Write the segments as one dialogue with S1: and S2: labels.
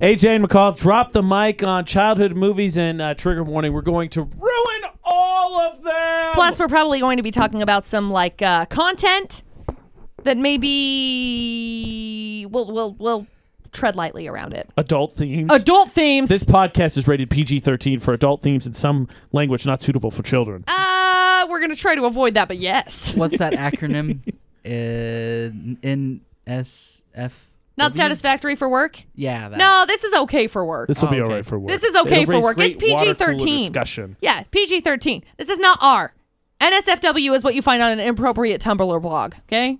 S1: AJ and McCall drop the mic on childhood movies and uh, trigger warning. We're going to ruin all of them.
S2: Plus, we're probably going to be talking about some like uh, content that maybe we'll we'll we'll tread lightly around it.
S1: adult themes.
S2: Adult themes.
S1: this podcast is rated PG 13 for adult themes and some language not suitable for children.
S2: uh, we're gonna try to avoid that, but yes,
S3: What's that acronym? Uh, N S F.
S2: not satisfactory for work.
S3: Yeah. That.
S2: No, this is okay for work.
S1: This will
S3: Oh,
S1: be
S3: okay.
S1: all right for work.
S2: This is okay
S1: It'll
S2: for
S1: raise
S2: work. It's
S1: great water cooler
S2: PG-13.
S1: Discussion.
S2: Yeah, PG 13. This is not R. NSFW is what you find on an inappropriate Tumblr blog, okay?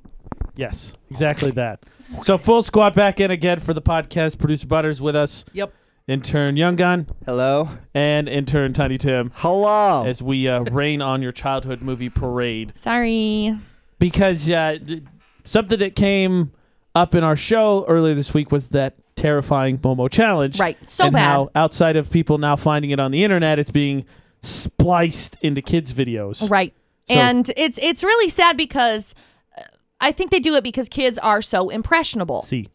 S1: Yes, exactly that. So full squad back in again for the podcast. Producer Butters with us.
S3: Yep.
S1: Intern Young Gun
S4: Hello.
S1: and intern Tiny Tim
S4: Hello.
S1: as we uh, rain on your childhood movie parade.
S2: Sorry.
S1: because uh, d- something that came up in our show earlier this week was that terrifying Momo challenge.
S2: Right. So
S1: and
S2: bad.
S1: How outside of people now finding it on the internet, it's being spliced into kids' videos.
S2: Right.
S1: So-
S2: and it's it's really sad because uh, I think they do it because kids are so impressionable.
S1: See.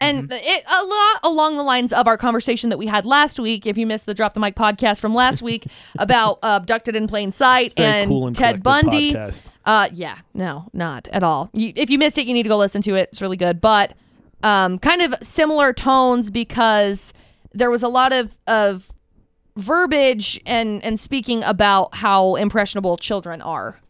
S2: and
S1: Mm-hmm.
S2: it a lot along the lines of our conversation that we had last week. If you missed the Drop the Mic podcast from last week about uh, abducted in plain sight
S1: very
S2: and,
S1: cool and
S2: Ted
S1: collected
S2: Bundy.
S1: podcast.
S2: Uh, yeah, no, not at all. You, if you missed it, you need to go listen to it. It's really good, but um, kind of similar tones because there was a lot of of verbiage and and speaking about how impressionable children are.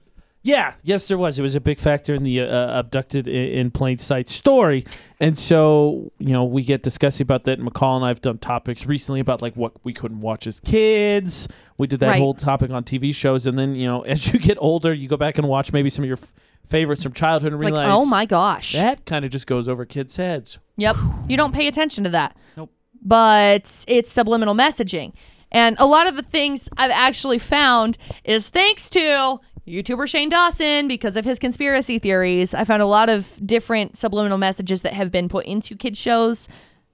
S1: Yeah, yes, there was. It was a big factor in the uh, abducted i- in plain sight story, and so you know we get discussing about that. And McCall and I have done topics recently about like what we couldn't watch as kids. We did that
S2: Right.
S1: whole topic on TV shows, and then you know as you get older, you go back and watch maybe some of your f- favorites from childhood and realize
S2: like, oh my gosh.
S1: that kind of just goes over kids' heads.
S2: Yep. You don't pay attention to that.
S3: Nope.
S2: But it's subliminal messaging. And a lot of the things I've actually found is thanks to YouTuber Shane Dawson, because of his conspiracy theories, I found a lot of different subliminal messages that have been put into kid shows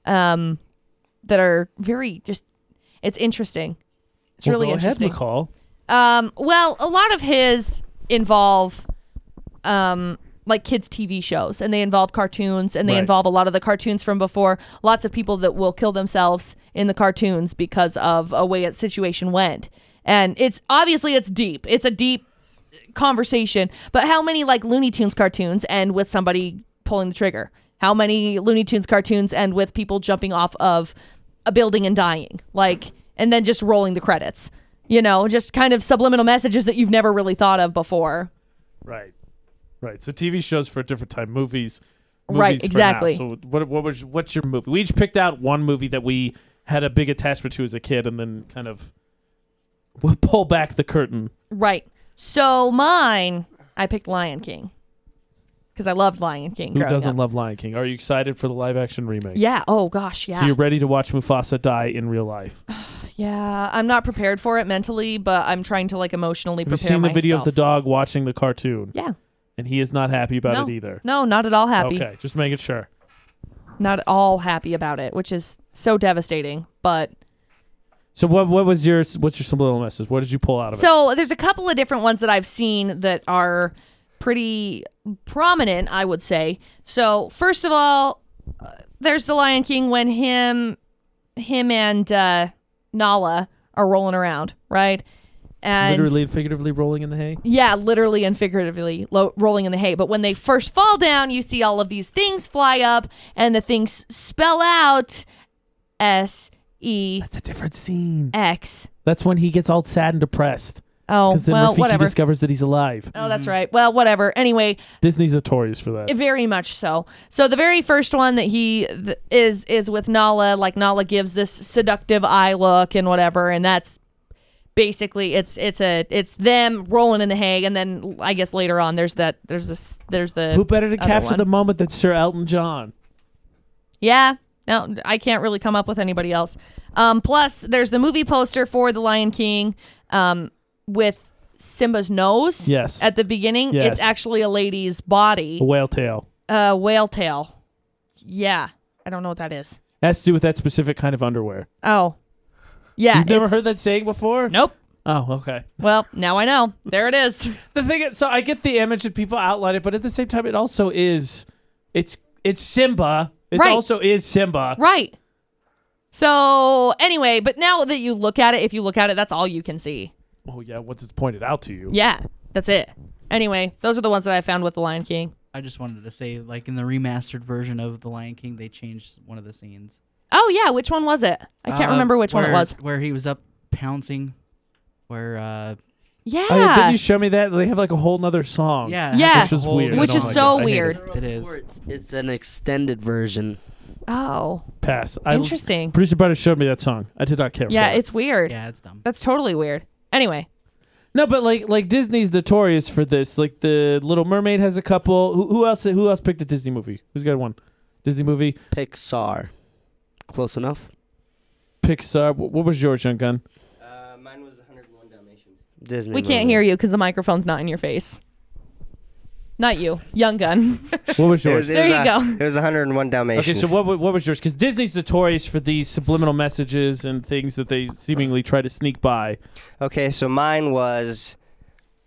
S2: um, that are very just, it's interesting. It's really
S1: well, go
S2: interesting.
S1: Ahead, McCall.
S2: Um, well, a lot of his involve um, like kids' TV shows, and they involve cartoons, and they
S1: Right.
S2: involve a lot of the cartoons from before. Lots of people that will kill themselves in the cartoons because of a way a situation went, and it's obviously it's deep. It's a deep conversation. But how many like Looney Tunes cartoons end with somebody pulling the trigger? How many Looney Tunes cartoons end with people jumping off of a building and dying? Like, and then just rolling the credits. You know, just kind of subliminal messages that you've never really thought of before.
S1: Right. Right. So TV shows for a different time. Movies. movies
S2: Right,
S1: for now.
S2: exactly.
S1: So what what was what's your movie? We each picked out one movie that we had a big attachment to as a kid, and then kind of we'll pull back the curtain.
S2: Right. So mine, I picked Lion King because I loved Lion King.
S1: Who
S2: growing
S1: doesn't
S2: up.
S1: love Lion King? Are you excited for the live action remake?
S2: Yeah. Oh gosh.
S1: So
S2: Yeah.
S1: you're ready to watch Mufasa die in real life. Have
S2: yeah. I'm not prepared for it mentally, but I'm trying to like emotionally
S1: you
S2: prepare
S1: seen the video of the
S2: myself.
S1: dog watching the cartoon?
S2: Yeah.
S1: And he is not happy about
S2: no.
S1: it either.
S2: No, not at all happy.
S1: Okay, just making sure.
S2: not at all happy about it, which is so devastating. But
S1: So what what was your what's your subliminal message? What did you pull out of it?
S2: so there's a couple of different ones that I've seen that are pretty prominent, I would say. So first of all, uh, there's the Lion King when him, him and uh, Nala are rolling around, right? And
S1: Literally and figuratively rolling in the hay.
S2: uh, Yeah, literally and figuratively lo- rolling in the hay. But when they first fall down, you see all of these things fly up, and the things spell out S E
S1: That's a different scene.
S2: X.
S1: That's when he gets all sad and depressed
S2: Oh,
S1: because then
S2: well,
S1: Rafiki
S2: whatever.
S1: discovers that he's alive.
S2: Oh, that's right. Well, whatever. Anyway,
S1: Disney's notorious for that.
S2: very much so. So the very first one that he th- is is with Nala, like Nala gives this seductive eye look and whatever, and that's basically it's it's a it's them rolling in the hay, and then I guess later on there's that there's this there's the
S1: Who better to
S2: other
S1: capture
S2: one.
S1: the moment than Sir Elton John?
S2: Yeah. No, I can't really come up with anybody else. Um, plus, there's the movie poster for The Lion King um, with Simba's nose.
S1: Yes.
S2: At the beginning,
S1: Yes.
S2: it's actually a lady's body.
S1: A whale tail.
S2: Uh, whale tail. Yeah. I don't know what that is.
S1: That's to do with that specific kind of underwear.
S2: Oh. Yeah.
S1: You've never
S2: it's-
S1: heard that saying before?
S2: Nope.
S1: Oh, okay.
S2: Well, now I know. There it is.
S1: The thing is, so I get the image and people outline it, but at the same time, it also is, it's it's Simba. It
S2: Right.
S1: also is Simba.
S2: right. So anyway, but now that you look at it, if you look at it, that's all you can see.
S1: Oh yeah, once it's pointed out to you.
S2: Yeah, that's it. Anyway, those are the ones that I found with The Lion King.
S3: I just wanted to say, like in the remastered version of The Lion King, they changed one of the scenes.
S2: Oh yeah, which one was it? I can't
S3: Uh,
S2: remember which one it
S3: where-
S2: was.
S3: Where he was up pouncing, where uh,
S2: Yeah,
S1: Oh, yeah, didn't you show me that? They have like a whole nother song.
S3: yeah,
S2: Yeah.
S3: it has
S2: Which
S3: a
S1: is
S3: whole-
S1: weird. Oh
S3: I
S2: Which
S3: don't
S2: is
S3: like
S2: so
S3: it. I hate it.
S2: weird.
S3: It is.
S4: It's, it's an extended version.
S2: oh,
S1: Pass. I,
S2: interesting.
S1: Producer Butter showed me that song. I did not care.
S2: yeah,
S1: for it.
S2: it's weird.
S3: Yeah, it's dumb.
S2: That's totally weird. Anyway,
S1: no, but like like Disney's notorious for this. Like the Little Mermaid has a couple. Who, who else? Who else picked a Disney movie? Who's got one? Disney movie.
S4: Pixar. Close enough.
S1: Pixar. Wh- What was yours, Young Gun?
S5: Uh, mine was 101 Dalmatians.
S4: Disney.
S2: we can't hear you because the microphone's not in your face. Not you, Young Gun.
S1: What was yours?
S2: There you go.
S5: It was 101
S1: Okay,
S5: Dalmatians.
S1: so what wa- what was yours? Because Disney's notorious for these subliminal messages and things that they seemingly try to sneak by.
S5: Okay, so mine was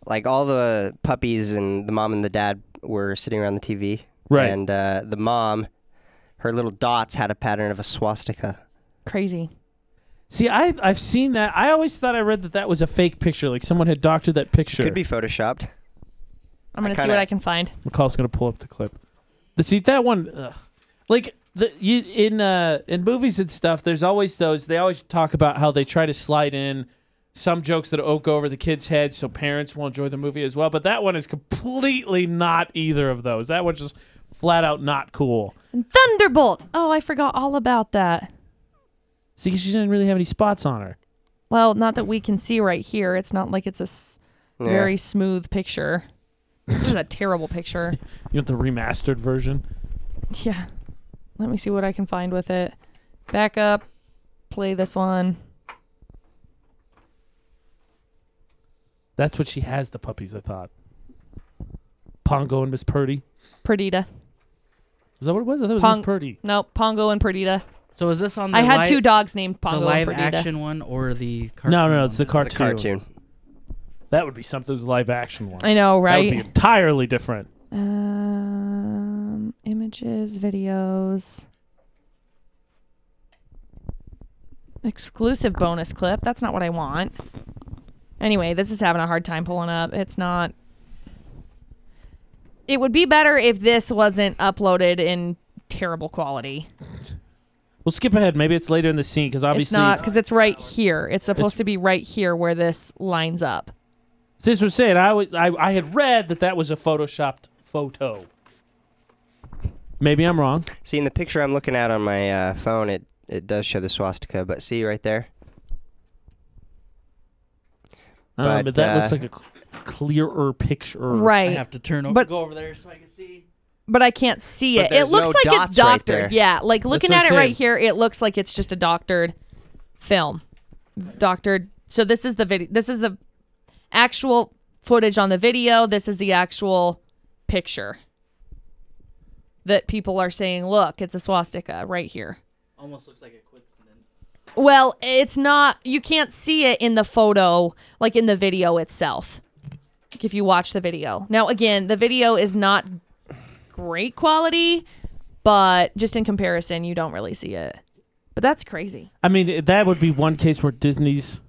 S5: like all the puppies and the mom and the dad were sitting around the TV.
S1: Right.
S5: And uh, the mom, her little dots had a pattern of a swastika.
S2: Crazy.
S1: See, I I've seen that. I always thought I read that that was a fake picture. Like someone had doctored that picture.
S5: Could be photoshopped.
S2: I'm gonna see
S5: kinda-
S2: what I can find.
S1: McCall's gonna pull up the clip. The see that one, ugh. like the you in uh in movies and stuff. There's always those. They always talk about how they try to slide in some jokes that go over the kids' heads, so parents will enjoy the movie as well. But that one is completely not either of those. That one's just flat out not cool.
S2: Thunderbolt. Oh, I forgot all about that.
S1: See, 'cause she didn't really have any spots on her.
S2: Well, not that we can see right here. It's not like it's a s-
S5: Yeah.
S2: very smooth picture. This is a terrible picture.
S1: You want the remastered version?
S2: Yeah. Let me see what I can find with it. Back up. Play this one.
S1: That's what she has. The puppies, I thought. Pongo and Miss Purdy.
S2: Perdita.
S1: Is that what it was? I thought it was
S2: Pong-
S1: Miss Purdy.
S2: Nope. Pongo and Perdita.
S3: So is this on? The
S2: I had
S3: li-
S2: two dogs named
S3: The
S2: Pongo
S3: live
S2: and Perdita.
S3: action one or the cartoon
S1: No, no, no, it's
S3: one?
S1: the
S3: This is
S5: The cartoon.
S1: That would be something's live action one.
S2: I know,
S1: That would be
S2: right?
S1: entirely different.
S2: Um, images, videos. Exclusive bonus clip. That's not what I want. Anyway, this is having a hard time pulling up. It's not. It would be better if this wasn't uploaded in terrible quality.
S1: We'll skip ahead. Maybe it's later in the scene because
S2: it's
S1: obviously,
S2: not because it's right here. It's supposed
S1: It's-
S2: to be right here where this lines up.
S1: since we're saying, I, was, I I had read that that was a photoshopped photo. Maybe I'm wrong.
S5: See, in the picture I'm looking at on my uh, phone, it, it does show the swastika, but see right there?
S1: I don't know,
S5: But,
S1: but that looks
S5: uh,
S1: like a cl- clearer picture.
S3: I
S2: Right.
S3: have to turn over.
S2: But-
S3: go over there so I can see.
S2: but I can't see
S5: But
S2: it. It
S5: there's
S2: looks
S5: no
S2: like it's
S5: dots right
S2: doctored.
S5: there.
S2: yeah, like looking
S1: what
S2: at it
S1: I'm
S2: right
S1: saying.
S2: here, it looks like it's just a doctored film, doctored. So this is the video. This is the actual footage on the video. This is the actual picture that people are saying. Look, it's a swastika right here.
S3: Almost looks like a coincidence.
S2: Well, it's not. You can't see it in the photo, like in the video itself. Like if you watch the video. Now, again, the video is not great quality, but just in comparison, you don't really see it. But that's crazy.
S1: I mean, that would be one case where Disney's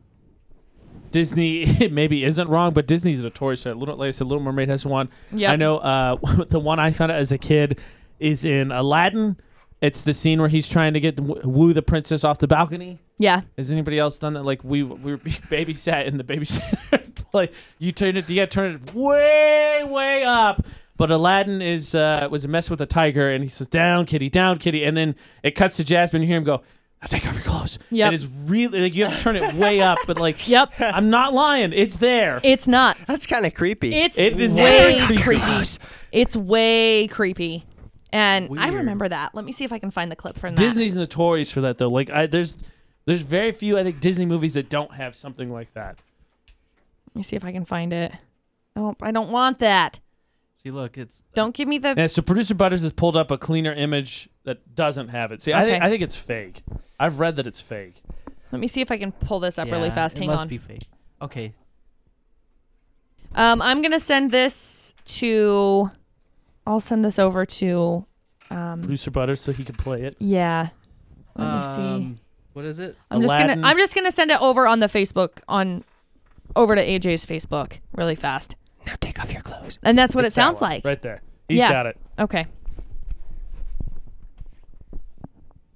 S1: Disney maybe isn't wrong, but Disney's notorious for that. Little, like I said, Little Mermaid has one.
S2: Yep.
S1: I know uh, the one I found out as a kid is in Aladdin. It's the scene where he's trying to get woo the princess off the balcony.
S2: Yeah.
S1: Has anybody else done that? Like we we were babysat and the babysitter like you turn it you gotta turn it way way up. But Aladdin is uh, was a mess with a tiger and he says down kitty down kitty and then it cuts to Jasmine you hear him go now take off your clothes.
S2: Yep.
S1: it is really like you have to turn it way up but like
S2: Yep.
S1: I'm not lying it's there.
S2: It's nuts.
S5: That's kind of creepy.
S2: It's
S1: It is
S2: way
S1: very creepy.
S2: creepy. It's way creepy. And I
S3: Weird.
S2: remember that. Let me see if I can find the clip from that.
S1: Disney's notorious for that though. Like I, there's there's very few I think Disney movies that don't have something like that.
S2: Let me see if I can find it. Oh, I don't want that.
S3: See, look, it's
S2: Don't give me the
S1: Yeah, so producer Butters has pulled up a cleaner image that doesn't have it. See, I think
S2: Okay.
S1: I think it's fake. I've read that it's fake.
S2: Let me see if I can pull this up really
S3: yeah,
S2: fast.
S3: It
S2: Hang
S3: must
S2: on.
S3: be fake. Okay,
S2: um, I'm gonna send this to. I'll send this over to. Um,
S1: Producer Butters, so he can play it.
S2: yeah. Let me see.
S3: um, What is it?
S2: I'm just gonna
S1: Aladdin.
S2: I'm just gonna send it over on the Facebook on over to AJ's Facebook really fast.
S5: Now take off your clothes.
S2: And that's what
S1: It's
S2: it
S1: that
S2: sounds
S1: one,
S2: like.
S1: Right there. He's
S2: Yeah.
S1: got it.
S2: Okay.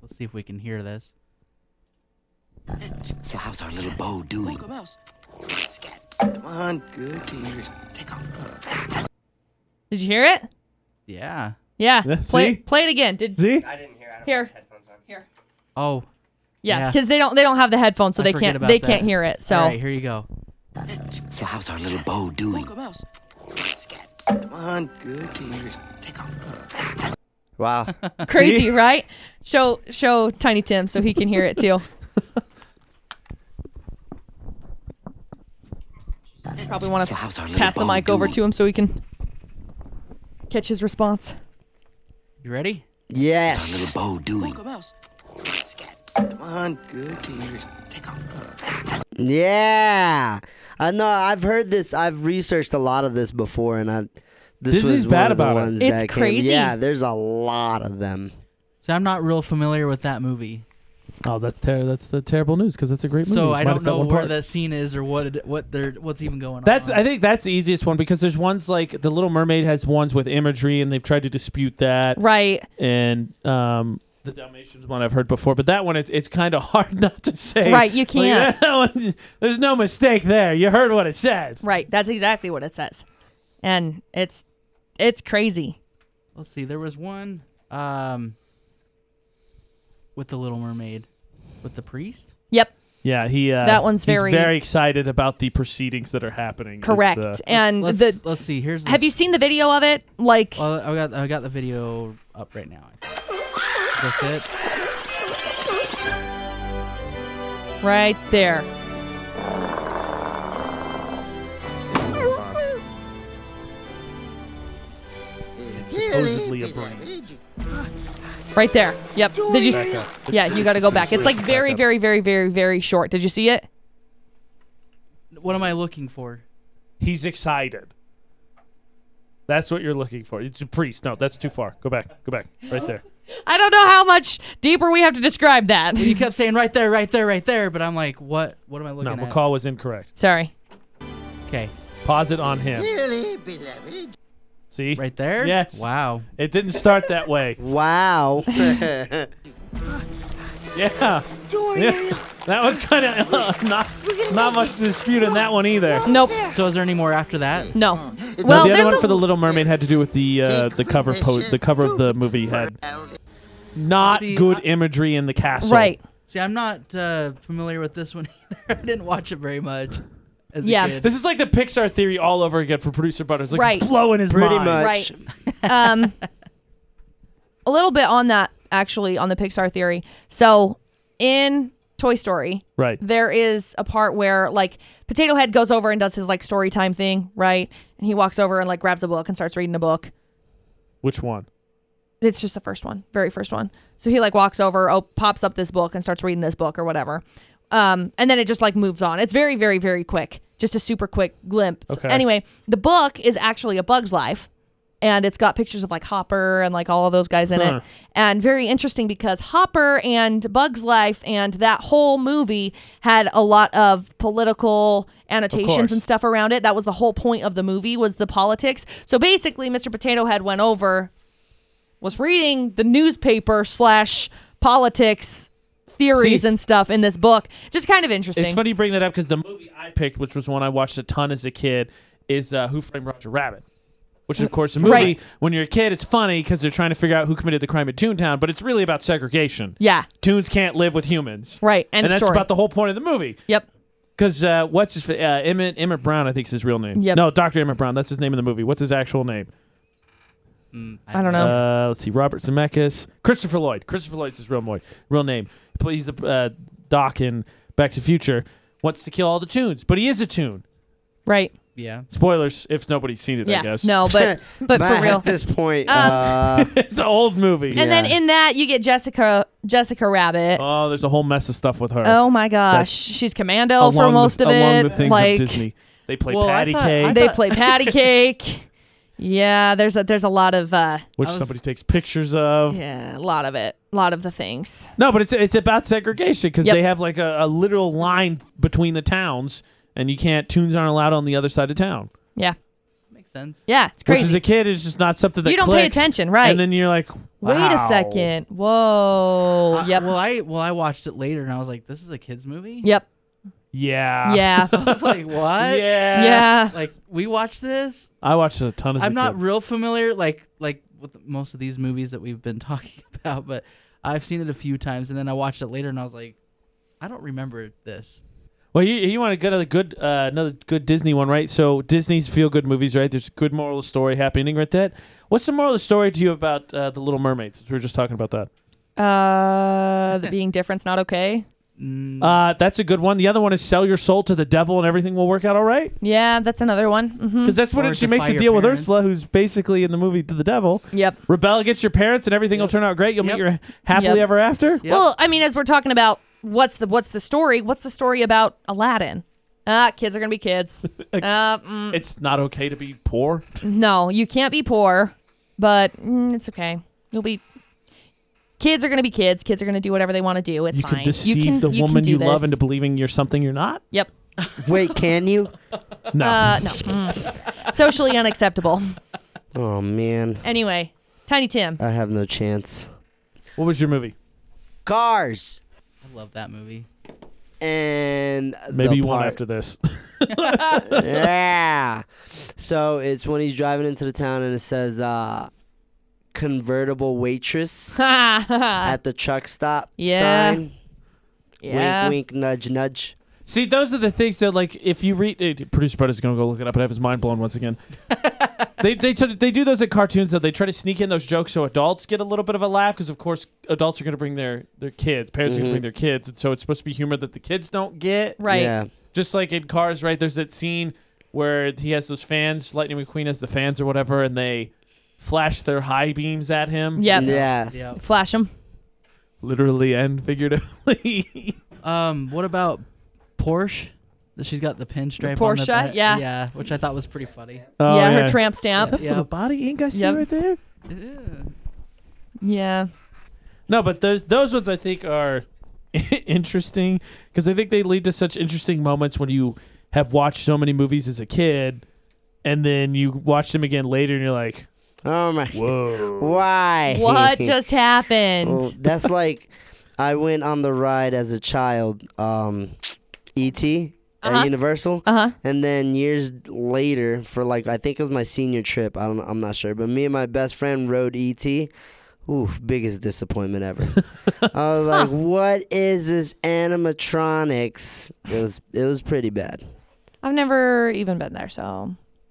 S3: Let's see if we can hear this.
S6: So how's our little bow doing? Let's get it. Come on, good. Can you just take off?
S2: Did you hear it?
S3: Yeah.
S2: Yeah.
S1: Yeah,
S2: play
S1: see?
S2: play it again. Did
S1: See?
S5: I didn't hear. I don't
S2: Here.
S5: have headphones on.
S2: here.
S3: Oh.
S2: Yeah,
S3: Yeah.
S2: because they don't they don't have the headphones, so
S3: I
S2: they
S3: forget
S2: can't
S3: about
S2: they
S3: that.
S2: can't hear it. So
S3: All right, here you go.
S6: So how's our little bow doing? Let's get it. Come on, good. Can you just take off?
S5: Wow.
S2: crazy, right? Show show Tiny Tim so he can hear it too. Probably want
S6: So
S2: to
S6: how's our little
S2: pass the
S6: bow
S2: mic over
S6: doing?
S2: to him so he can catch his response.
S3: You ready?
S6: How's
S4: Yes.
S6: our little bow doing? Let's get it. Come on, good. Can you just take off?
S4: Yeah. I know. I've heard this. I've researched a lot of this before, and I. This
S1: This
S4: was
S1: is
S4: one
S1: bad
S4: of the
S1: about it.
S4: ones
S2: It's
S4: that came-
S2: crazy.
S4: Yeah, there's a lot of them.
S3: So I'm not real familiar with that movie,
S1: Oh, that's ter- that's the terrible news because that's a great movie.
S3: so I
S1: Minus
S3: don't
S1: that
S3: know
S1: one
S3: where
S1: part.
S3: that scene is or what it, what they're what's even going
S1: That's
S3: on.
S1: I think that's the easiest one because there's ones like The Little Mermaid has ones with imagery and they've tried to dispute that
S2: Right.
S1: and um the Dalmatians one I've heard before, but that one it's it's kind of hard not to say.
S2: Right, you
S1: Like,
S2: can't.
S1: that one- there's no mistake there. You heard what it says.
S2: Right. That's exactly what it says. And it's it's crazy.
S3: Let's see. There was one um with the Little Mermaid, with the priest.
S2: Yep.
S1: Yeah, he uh,
S2: That one's
S1: he's
S2: very-
S1: very excited about the proceedings that are happening. is
S2: Correct.
S1: the-
S2: and
S3: Let's
S2: the
S3: let's see. Here's the,
S2: have you seen the video of it? Like
S3: Well, I got I got the video up right now. I think. Is this it?
S2: right there.
S1: it's supposedly a breeze.
S2: Right there. Yep. Did you? s- Yeah, you got to go back. It's like very, very, very, very, very short. Did you see it?
S3: What am I looking for?
S1: He's excited. That's what you're looking for. It's a priest. No, that's too far. Go back. Go back. Right there.
S2: I don't know how much deeper we have to describe that.
S3: You kept saying right there, right there, right there, but I'm like, what? What am I
S1: No,
S3: looking at?
S1: McCall was incorrect.
S2: Sorry.
S3: Okay,
S1: Pause it on him. See?
S3: right there.
S1: Yes.
S3: Wow.
S1: It didn't start that way.
S4: Wow.
S1: Yeah. yeah. That one's kind of not not much dispute in that one either.
S2: Nope.
S3: So is there any more after that?
S2: No.
S1: No,
S2: Well,
S1: the other
S2: there's
S1: one
S2: a,
S1: for the Little Mermaid had to do with the uh, the cover po- the cover of the movie had not
S3: See,
S1: good
S3: I-
S1: imagery in the castle.
S2: right.
S3: See, I'm not uh, familiar with this one either. I didn't watch it very much. As
S2: Yeah.
S3: A kid.
S1: This is like the Pixar theory all over again for producer Butters, like
S2: Right.
S1: blowing his
S4: Pretty
S1: mind.
S4: much.
S2: Right. Um, a little bit on that actually on the Pixar theory. So in Toy Story,
S1: Right.
S2: there is a part where like Potato Head goes over and does his like story time thing, right? And he walks over and like grabs a book and starts reading a book.
S1: Which one?
S2: It's just the first one, very first one. So he like walks over, oh, pops up this book and starts reading this book or whatever. Um, and then it just like moves on. It's very, very, very quick. Just a super quick glimpse.
S1: Okay.
S2: Anyway, the book is actually a Bug's Life, and it's got pictures of like Hopper and like all of those guys in
S1: Huh.
S2: it, and very interesting because Hopper and Bug's Life and that whole movie had a lot of political
S1: course.
S2: annotations and stuff around it. That was the whole point of the movie was the politics. So basically, Mr. Potato Head went over was reading the newspaper slash politics theories
S1: See-
S2: and stuff in this book. Just kind of interesting.
S1: It's funny you bring that up because the movie I picked, which was one I watched a ton as a kid, is uh, Who Framed Roger Rabbit. Which is, of course, a movie.
S2: Right.
S1: When you're a kid, it's funny because they're trying to figure out who committed the crime at Toontown, but it's really about segregation.
S2: Yeah.
S1: Toons can't live with humans.
S2: Right. End
S1: and
S2: of
S1: that's
S2: story.
S1: about the whole point of the movie.
S2: Yep.
S1: Because uh, what's his fa- uh, Emmett Emmett Brown? I think is his real name.
S2: Yep.
S1: No, Doctor Emmett Brown. That's his name in the movie. What's his actual name?
S3: Mm,
S2: I don't know.
S1: Uh, let's see. Robert Zemeckis. Christopher Lloyd. Christopher Lloyd's his real Lloyd, real name. But He's the uh, Doc in Back to the Future. Wants to kill all the Toons, but he is a Toon.
S2: Right.
S3: Yeah.
S1: Spoilers if nobody's seen it,
S2: Yeah.
S1: I guess.
S2: No, Oh, but but for real.
S4: At this point,
S2: Um,
S4: uh,
S1: it's an old movie.
S2: And then
S4: Yeah.
S2: in that you get Jessica Jessica Rabbit. Oh,
S1: oh, there's a whole mess of stuff with her.
S2: my gosh. She's commando Oh, for
S1: Along the-
S2: most of
S1: Along
S2: it.
S1: the things
S2: like
S1: of Disney. They play
S3: Well, I
S1: patty
S3: thought- I
S1: cake,
S2: they
S3: thought-
S2: play patty cake. Yeah, there's a there's a lot of uh
S1: which
S3: I was-
S1: somebody takes pictures of.
S2: yeah, a lot of it. a lot of the things.
S1: No, but it's it's about segregation because
S2: Yep.
S1: they have like a, a literal line between the towns, and you can't tunes aren't allowed on the other side of town.
S2: Yeah.
S3: Makes sense.
S2: Yeah, it's
S1: Which as
S2: crazy.
S1: a kid is just not something that
S2: You don't pay
S1: clicks,
S2: attention, right.
S1: And then you're like,
S2: Wait a
S1: wow.
S2: second. Whoa.
S3: Uh,
S2: yep.
S3: Well, I well I watched it later and I was like, this is a kids movie.
S2: yep.
S1: Yeah.
S2: yeah.
S3: I was like, what?
S1: Yeah.
S2: yeah.
S3: Like we watched this.
S1: I watched a ton of.
S3: I'm not real familiar, like like with most of these movies that we've been talking about, but I've seen it a few times, and then I watched it later, and I was like, I don't remember this.
S1: Well, you, you want to get a good uh, another good Disney one, right? So Disney's feel good movies, right? There's a good moral of the story, happy ending, right? That. What's the moral of the story to you about uh, the Little Mermaid? Since we were just talking about that.
S2: Uh, the being different's not okay.
S3: Mm,
S1: Uh, that's a good one. The other one is sell your soul to the devil and everything will work out all right.
S2: Yeah, that's another one. hmm
S1: Because that's what
S3: Or
S1: it- she
S3: defy
S1: makes a
S3: your
S1: deal with
S3: parents.
S1: Ursula, who's basically in the movie to the devil.
S2: Yep.
S1: Rebel against your parents and everything will
S3: Yep.
S1: turn out great. You'll
S3: Yep.
S1: meet your happily
S2: Yep.
S1: ever after.
S3: Yep.
S2: Well, I mean, as we're talking about what's the what's the story? What's the story about Aladdin? Ah, kids are gonna be kids. uh, mm,
S1: It's not okay to be poor.
S2: no, you can't be poor, but mm, it's okay. You'll be. Kids are gonna be kids. Kids are gonna do whatever they want to do. It's
S1: you
S2: fine.
S1: can deceive
S2: you can,
S1: the
S2: you can
S1: woman
S2: do
S1: you love
S2: this.
S1: into believing you're something you're not.
S2: Yep.
S4: Wait, can you?
S1: No.
S2: Uh, no. Mm. Socially unacceptable.
S4: Oh man,
S2: Anyway, Tiny Tim.
S4: I have no chance.
S1: what was your movie?
S4: Cars
S3: I love that movie.
S4: and
S1: Maybe
S4: the
S1: you won't
S4: part-
S1: after this.
S4: yeah. So it's when he's driving into the town and it says uh convertible waitress
S2: yeah.
S4: at the truck stop
S2: Ah. Yeah.
S4: sign. Wink wink nudge nudge.
S1: See, those are the things that, like, if you read, eh, producer Brett is gonna go look it up and have his mind blown once again. they they try to- they do those in cartoons though. They try to sneak in those jokes so adults get a little bit of a laugh because, of course, adults are gonna bring their their kids, parents are
S2: Mm-hmm.
S1: gonna
S4: Mhm.
S1: bring their kids, and so it's supposed to be humor that the kids don't get.
S2: Right.
S4: Yeah.
S1: Just like in Cars, right? There's that scene where he has those fans, Lightning McQueen has the fans or whatever, and they flash their high beams at him.
S2: Yep.
S4: Yeah.
S3: Yeah.
S2: Flash him.
S1: literally and figuratively.
S3: Um, what about Porsche? That she's got the pinstripe. on
S2: Porsche,
S3: the back.
S2: yeah.
S3: Yeah, which I thought was pretty funny.
S1: Oh,
S2: yeah, her tramp stamp.
S3: Yeah.
S1: Little body ink I see
S2: Yep.
S1: right there.
S2: Yeah.
S1: No, but those those ones I think are interesting because I think they lead to such interesting moments when you have watched so many movies as a kid, and then you watch them again later, and you're like,
S4: Oh my.
S1: "Whoa!"
S4: Why?
S2: What just happened?
S4: Well, that's like I went on the ride as a child, um, ET at
S2: Uh-huh.
S4: Universal,
S2: Uh huh.
S4: and then years later, for like I think it was my senior trip. I don't, I'm not sure, but me and my best friend rode ET. Oof, biggest disappointment ever. I was like, "What is this animatronics?" It was, it was pretty bad.
S2: I've never even been there, so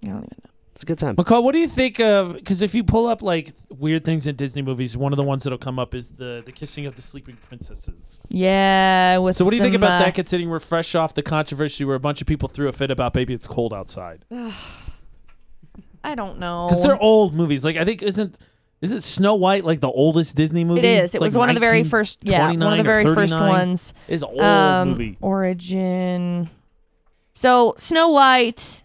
S2: I don't even know.
S4: It's a good time.
S1: McCall, what do you think of? Because if you pull up like weird things in Disney movies, one of the ones that'll come up is the the kissing of the sleeping princesses.
S2: Yeah. With
S1: So, what do you think
S2: some,
S1: about
S2: uh,
S1: that? Considering we're fresh off the controversy where a bunch of people threw a fit about "Baby, It's Cold Outside"
S2: Oh. I don't know.
S1: because they're old movies. Like I think isn't isn't Snow White like the oldest Disney movie?
S2: It is.
S1: It's
S2: It
S1: like
S2: was one of the very
S1: 19
S2: first. Yeah, one of
S1: 29 or
S2: the very first
S1: 39.
S2: ones.
S1: It's an old
S2: Um,
S1: movie.
S2: origin. So Snow White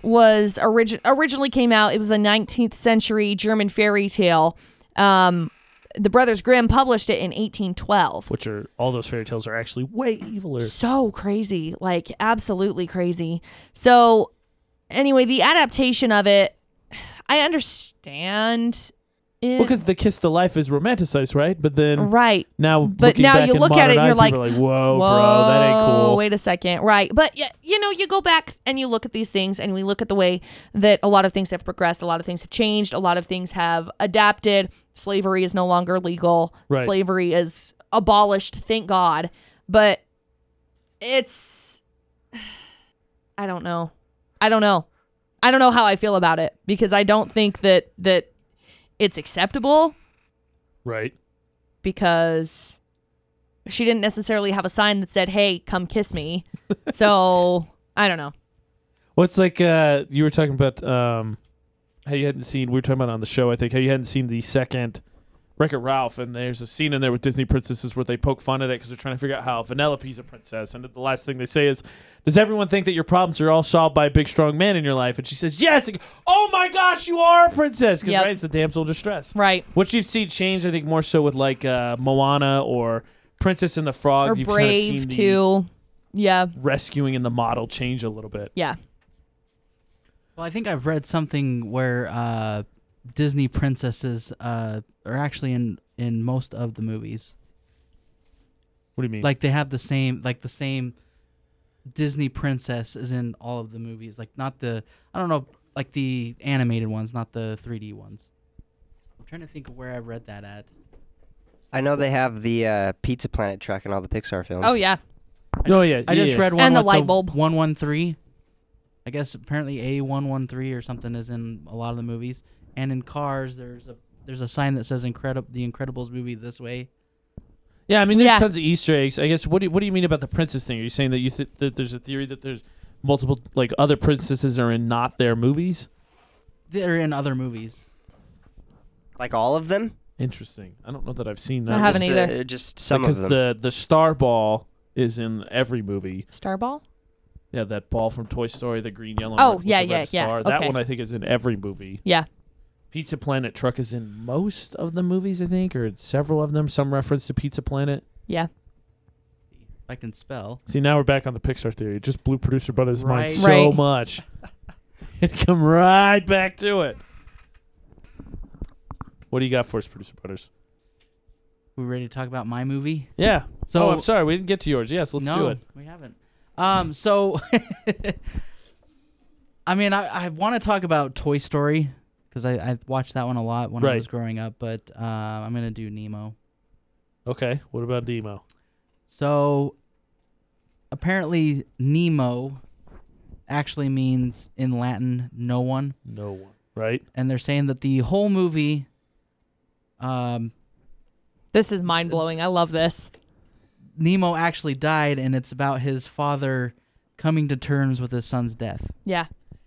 S2: was origin originally came out. It was a 19th century German fairy tale. Um, the Brothers Grimm published it in 1812.
S1: which are all those fairy tales are actually way eviler.
S2: So crazy, like absolutely crazy. So, anyway, the adaptation of it, I understand. It,
S1: Well, because the kiss to life is romanticized, right? But then
S2: right,
S1: now,
S2: But
S1: looking
S2: now
S1: back
S2: you
S1: in
S2: look at it and
S1: modern
S2: you're
S1: eyes, people are whoa, bro, that ain't
S2: Whoa,
S1: cool.
S2: Wait a second, right? But yeah, you know, you go back and you look at these things, and we look at the way that a lot of things have progressed, a lot of things have changed, a lot of things have adapted. Slavery is no longer legal.
S1: Right.
S2: Slavery is abolished, thank God. But it's, I don't know, I don't know, I don't know how I feel about it because I don't think that that it's acceptable
S1: Right?
S2: because she didn't necessarily have a sign that said, "Hey, come kiss me." so I don't know.
S1: What's like uh, you were talking about? Um, how you hadn't seen? We were talking about on the show, I think. How you hadn't seen the second Wreck It Ralph, and there's a scene in there with Disney princesses where they poke fun at it because they're trying to figure out how Vanellope's a princess. And the last thing they say is, Does everyone think that your problems are all solved by a big, strong man in your life? And she says, Yes. Like, oh my gosh, you are a princess. Because,
S2: Yep.
S1: right, it's a damsel in distress.
S2: Right.
S1: What you've seen change, I think, more so with like uh, Moana or Princess and the Frog.
S2: Or
S1: you've kinda seen
S2: brave
S1: the
S2: too. Yeah.
S1: Rescuing and the model change a little bit.
S2: Yeah.
S3: Well, I think I've read something where uh, Disney princesses uh, are actually in in most of the movies.
S1: What do you mean?
S3: Like they have the same like the same Disney princess is in all of the movies. Like not the I don't know like the animated ones, not the 3D ones. I'm trying to think of where I read that at.
S5: I know they have the uh, Pizza Planet truck in all the Pixar films.
S2: Oh yeah.
S1: oh, yeah.
S3: I just
S1: yeah.
S3: read one
S2: And the
S3: with
S2: light bulb.
S3: 113. I guess apparently A113 or something is in a lot of the movies. And in Cars there's a there's a sign that says Incredible the Incredibles movie this way.
S1: Yeah, I mean, there's
S2: Yeah.
S1: tons of Easter eggs. I guess what do you, what do you mean about the princess thing? Are you saying that you th- that there's a theory that there's multiple like other princesses are in not their movies?
S3: They're in other movies.
S5: Like all of them?
S1: Interesting. I don't know that I've seen that.
S2: I haven't
S5: just,
S2: either.
S5: uh, just some
S1: because
S5: of them.
S1: the the star ball is in every movie.
S2: Starball?
S1: Yeah, that ball from Toy Story, the green, yellow. and
S2: Oh,
S1: red with the
S2: yeah,
S1: red
S2: yeah, yeah.
S1: star. That
S2: Okay.
S1: one I think is in every movie.
S2: Yeah.
S1: Pizza Planet truck is in most of the movies, I think, or several of them. Some reference to Pizza Planet.
S2: Yeah.
S3: If I can spell.
S1: See, now we're back on the Pixar theory. It Just blew producer Butter's mind
S3: Right.
S1: so
S2: Right.
S1: much. it come right back to it. What do you got for us, producer Butters?
S3: We ready to talk about my movie?
S1: Yeah. So
S3: So-
S1: oh, I'm sorry, we didn't get to yours. Yes, let's
S3: no,
S1: do it.
S3: we haven't. Um, so, I mean, I, I want to talk about Toy Story because I, I watched that one a lot when I
S1: Right.
S3: was growing up, but uh, I'm going to do Nemo.
S1: Okay. What about Nemo?
S3: So, apparently, Nemo actually means in Latin no one.
S1: No one. Right.
S3: And they're saying that the whole movie, um,
S2: This is mind blowing. I love this.
S3: Nemo actually died, and it's about his father coming to terms with his son's death.
S2: Yeah.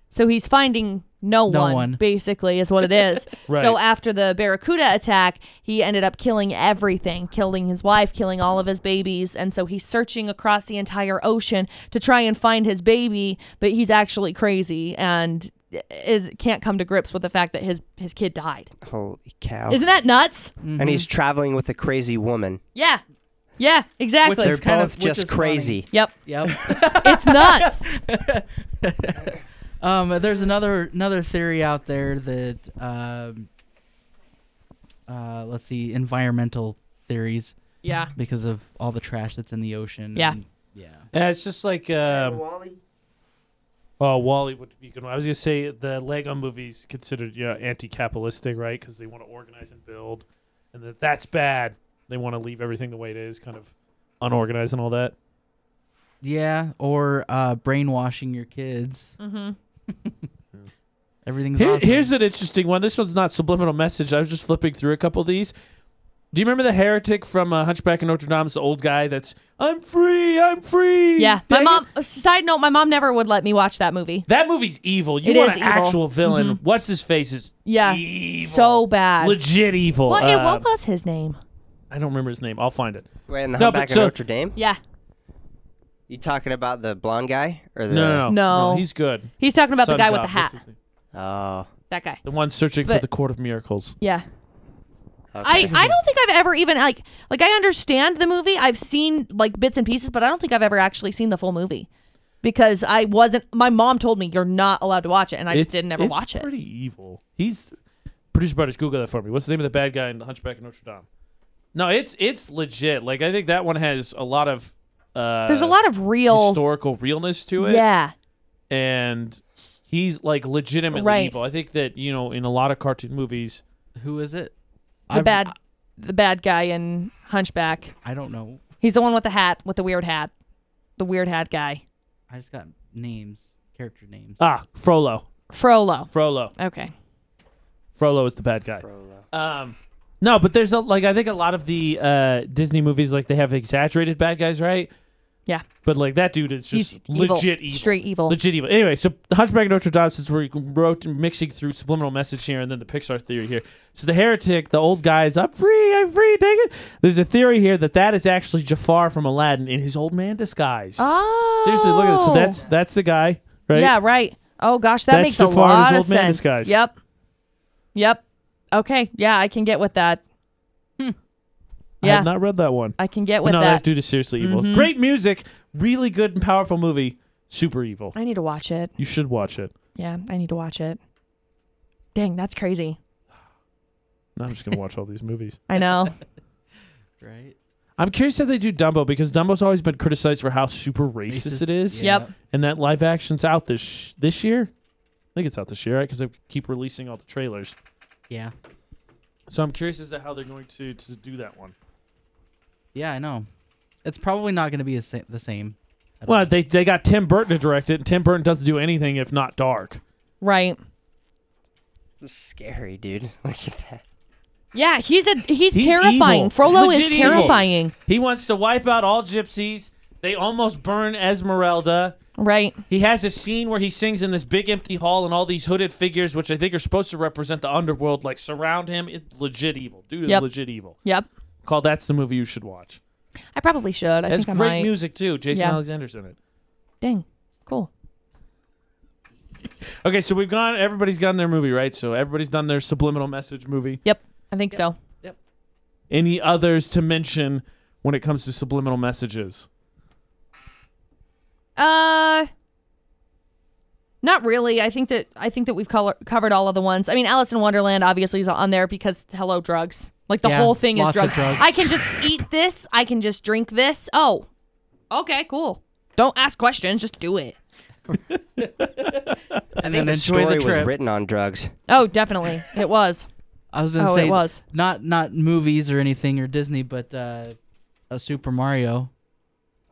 S2: So he's finding no,
S3: No
S2: one,
S3: one.
S2: basically, is what it is.
S1: Right.
S2: So after the Barracuda attack, he ended up killing everything, killing his wife, killing all of his babies. And so he's searching across the entire ocean to try and find his baby, but he's actually crazy and is can't come to grips with the fact that his his kid died.
S5: Holy
S1: Oh.
S5: cow.
S2: Isn't that nuts?
S5: And
S3: Mm-hmm.
S5: he's traveling with a crazy woman.
S2: Yeah. Yeah, exactly.
S5: They're
S3: It's kind of-
S5: both
S3: which is
S5: just
S3: funny.
S5: crazy.
S2: yep.
S3: Yep.
S2: It's nuts.
S3: Um, there's another another theory out there that um, uh, let's see, environmental theories
S2: yeah.
S3: because of all the trash that's in the ocean.
S2: Yeah.
S3: and- yeah.
S1: Yeah, it's just like um, oh, Wally would be a good. one. I was gonna say the Lego movies considered you know, anti-capitalistic, right? Because they want to organize and build, and that that's bad. They want to leave everything the way it is, kind of unorganized and all that.
S3: Yeah, or uh, brainwashing your kids. Mm-hmm. Everything's
S1: Here-
S3: awesome.
S1: Here's an interesting one. This one's not subliminal message. I was just flipping through a couple of these. Do you remember the heretic from uh, Hunchback of Notre Dame? It's the old guy that's I'm free, I'm free.
S2: Yeah. My
S1: Dang
S2: mom
S1: it.
S2: side note, my mom never would let me watch that movie.
S1: That movie's evil. You
S2: It
S1: want
S2: is
S1: an
S2: evil. Mm-hmm.
S1: actual villain? What's his face? Is
S2: Yeah.
S1: evil.
S2: So bad.
S1: legit evil.
S2: What,
S1: Uh,
S2: what was his name?
S1: I don't remember his name. I'll find it.
S5: Wait, in the
S1: No,
S5: Humpback
S1: but so-
S5: of Notre Dame?
S2: Yeah.
S5: You talking about the blonde guy or the?
S1: No, no, no.
S2: No.
S1: he's good.
S2: He's talking about
S1: Sun
S2: the guy
S1: God,
S2: with the
S1: what's
S2: hat.
S1: his name?
S5: Oh,
S2: That guy.
S1: The one searching for
S2: But-
S1: the Court of Miracles.
S2: Yeah. I,
S5: okay.
S2: I don't think I've ever even like like I understand the movie. I've seen like bits and pieces, but I don't think I've ever actually seen the full movie. Because I wasn't my mom told me you're not allowed to watch it and I just didn't ever
S1: it's
S2: watch it.
S1: Pretty evil. He's producer brothers. Google that for me. What's the name of the bad guy in The Hunchback of Notre Dame? No, it's it's legit. Like I think that one has a lot of uh,
S2: There's a lot of real
S1: historical realness to it.
S2: Yeah.
S1: and he's like legitimately
S2: Right.
S1: evil. I think that you know in a lot of cartoon movies.
S3: Who is it?
S2: The bad the bad guy in Hunchback.
S3: I don't know.
S2: He's the one with the hat, with the weird hat. The weird hat guy.
S3: I just got names, character names.
S1: Ah, Frollo,
S2: Frollo.
S1: Frollo,
S2: Okay.
S1: Frollo is the bad guy. Um, no, but there's a, like I think a lot of the uh, Disney movies like they have exaggerated bad guys, right?
S2: Yeah.
S1: But like that dude is just
S2: He's
S1: legit
S2: evil. Straight evil.
S1: Legit evil. Anyway, so The Hunchback of Notre Dame, since we're wrote, mixing through subliminal message here and then the Pixar theory here. So the heretic, the old guy is, I'm free, I'm free, dang it. There's a theory here that that is actually Jafar from Aladdin in his old man disguise.
S2: oh.
S1: Seriously, look at this. So that's that's the guy, right?
S2: Yeah, right. Oh gosh, that
S1: That's
S2: makes a
S1: Jafar in his
S2: lot of
S1: old man
S2: sense.
S1: disguise.
S2: Yep. Yep. Okay. Yeah, I can get with that. Hmm.
S1: I
S2: Yeah.
S1: have not read that one.
S2: I can get
S1: But
S2: with
S1: no,
S2: that.
S1: that dude is seriously evil.
S2: Mhm.
S1: Great music, really good and powerful movie, super evil.
S2: I need to watch it.
S1: You should watch it.
S2: Yeah, I need to watch it. Dang, that's crazy.
S1: No, I'm just gonna watch all these movies.
S2: I know.
S3: Right?
S1: I'm curious how they do Dumbo because Dumbo's always been criticized for how super racist,
S3: Racist,
S1: it is,
S3: Yeah.
S2: Yep.
S1: and that live action's out this this year. I think it's out this year, right? Because they keep releasing all the trailers.
S3: Yeah.
S1: So I'm curious as to how they're going to to do that one.
S3: Yeah, I know. It's probably not going to be the sa- the same. I don't
S1: Well,
S3: know.
S1: they they got Tim Burton to direct it, and Tim Burton doesn't do anything if not dark.
S2: Right.
S5: It's scary, dude. Look at that.
S2: Yeah, he's a he's,
S1: He's
S2: terrifying.
S1: evil.
S2: Frollo
S1: Legit
S2: is
S1: evil.
S2: terrifying.
S1: He wants to wipe out all gypsies. They almost burn Esmeralda.
S2: Right.
S1: He has a scene where he sings in this big empty hall, and all these hooded figures, which I think are supposed to represent the underworld, like surround him. It's legit evil. Dude is
S2: Yep.
S1: legit evil.
S2: Yep.
S1: Called that's the movie you should watch.
S2: I probably should. I
S1: That's
S2: think I
S1: great
S2: might.
S1: music too. Jason
S2: Yeah.
S1: Alexander's in it.
S2: Dang. Cool.
S1: Okay, so we've gone. Everybody's gotten their movie right. So everybody's done their subliminal message movie.
S2: Yep. I think so.
S1: Any others to mention when it comes to subliminal messages?
S2: Uh not really. I think that I think that we've color- covered all of the ones. I mean, Alice in Wonderland obviously is on there because hello drugs. Like the
S3: Yeah,
S2: whole thing is
S3: lots of
S2: drugs.
S3: drugs.
S2: I can just eat this. I can just drink this. Oh, okay, cool. Don't ask questions. Just do it.
S3: and
S5: I think
S3: then
S5: the
S3: enjoy
S5: story
S3: the
S5: was
S3: trip.
S5: written on drugs.
S2: Oh, definitely, it was.
S3: I was gonna
S2: Oh,
S3: say
S2: it was.
S3: not not movies or anything or Disney, but uh, a Super Mario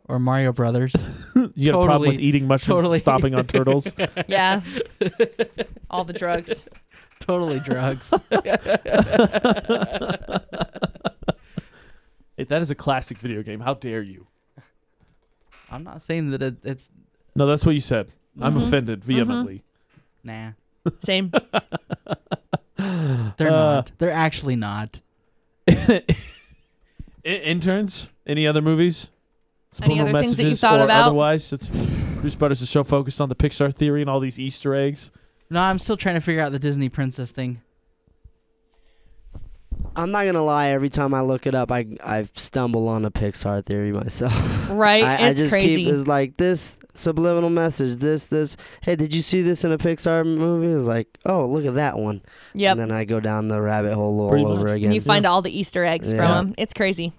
S3: or Mario Brothers.
S1: You got a problem with
S3: Totally.
S1: eating mushrooms
S3: Totally.
S1: and stopping on turtles?
S2: Yeah, all the drugs.
S3: totally drugs.
S1: Hey, that is a classic video game. How dare you?
S3: I'm not saying that it, it's
S1: No, that's what you said. I'm
S2: Mm-hmm.
S1: offended vehemently.
S3: nah.
S2: Same.
S3: They're
S1: Uh,
S3: not. They're actually not.
S1: I- interns, any other movies?
S2: Any other
S1: Subliminal
S2: things that you
S1: messages
S2: thought
S1: or
S2: about?
S1: Otherwise, it's Bruce Butters is so focused on the Pixar theory and all these Easter eggs.
S3: No, I'm still trying to figure out the Disney princess thing.
S4: I'm not gonna lie. Every time I look it up, I I stumble on a Pixar theory myself.
S2: Right?
S4: I, I
S2: it's
S4: just
S2: crazy.
S4: keep is like this subliminal message. This this. Hey, did you see this in a Pixar movie? It's like, oh, look at that one.
S2: yep.
S4: And then I go down the rabbit hole all
S1: Pretty
S4: over
S1: much.
S4: again.
S2: And you find all the Easter eggs from 'em.
S4: Yeah.
S2: from them. It's crazy.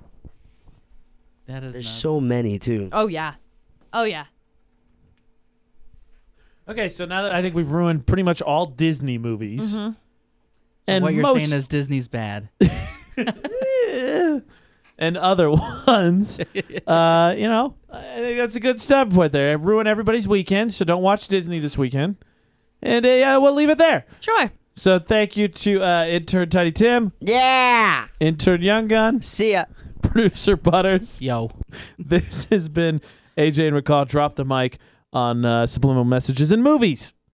S3: That is
S4: There's
S3: nuts.
S4: so many too.
S2: Oh yeah. Oh yeah.
S1: Okay, so now that I think we've ruined pretty much all Disney movies,
S2: Mm-hmm.
S3: So
S1: and
S3: what you're
S1: most eh,
S3: saying is Disney's bad.
S1: and other ones, uh, you know, I think that's a good step point there. It ruined everybody's weekend, so don't watch Disney this weekend. And uh, yeah, we'll leave it there.
S2: Sure.
S1: So thank you to uh, intern Tiny Tim,
S5: Yeah.
S1: intern Young Gun,
S5: See ya.
S1: producer Butters.
S3: Yo.
S1: This has been AJ and Recall. Drop the mic on uh, subliminal messages and movies.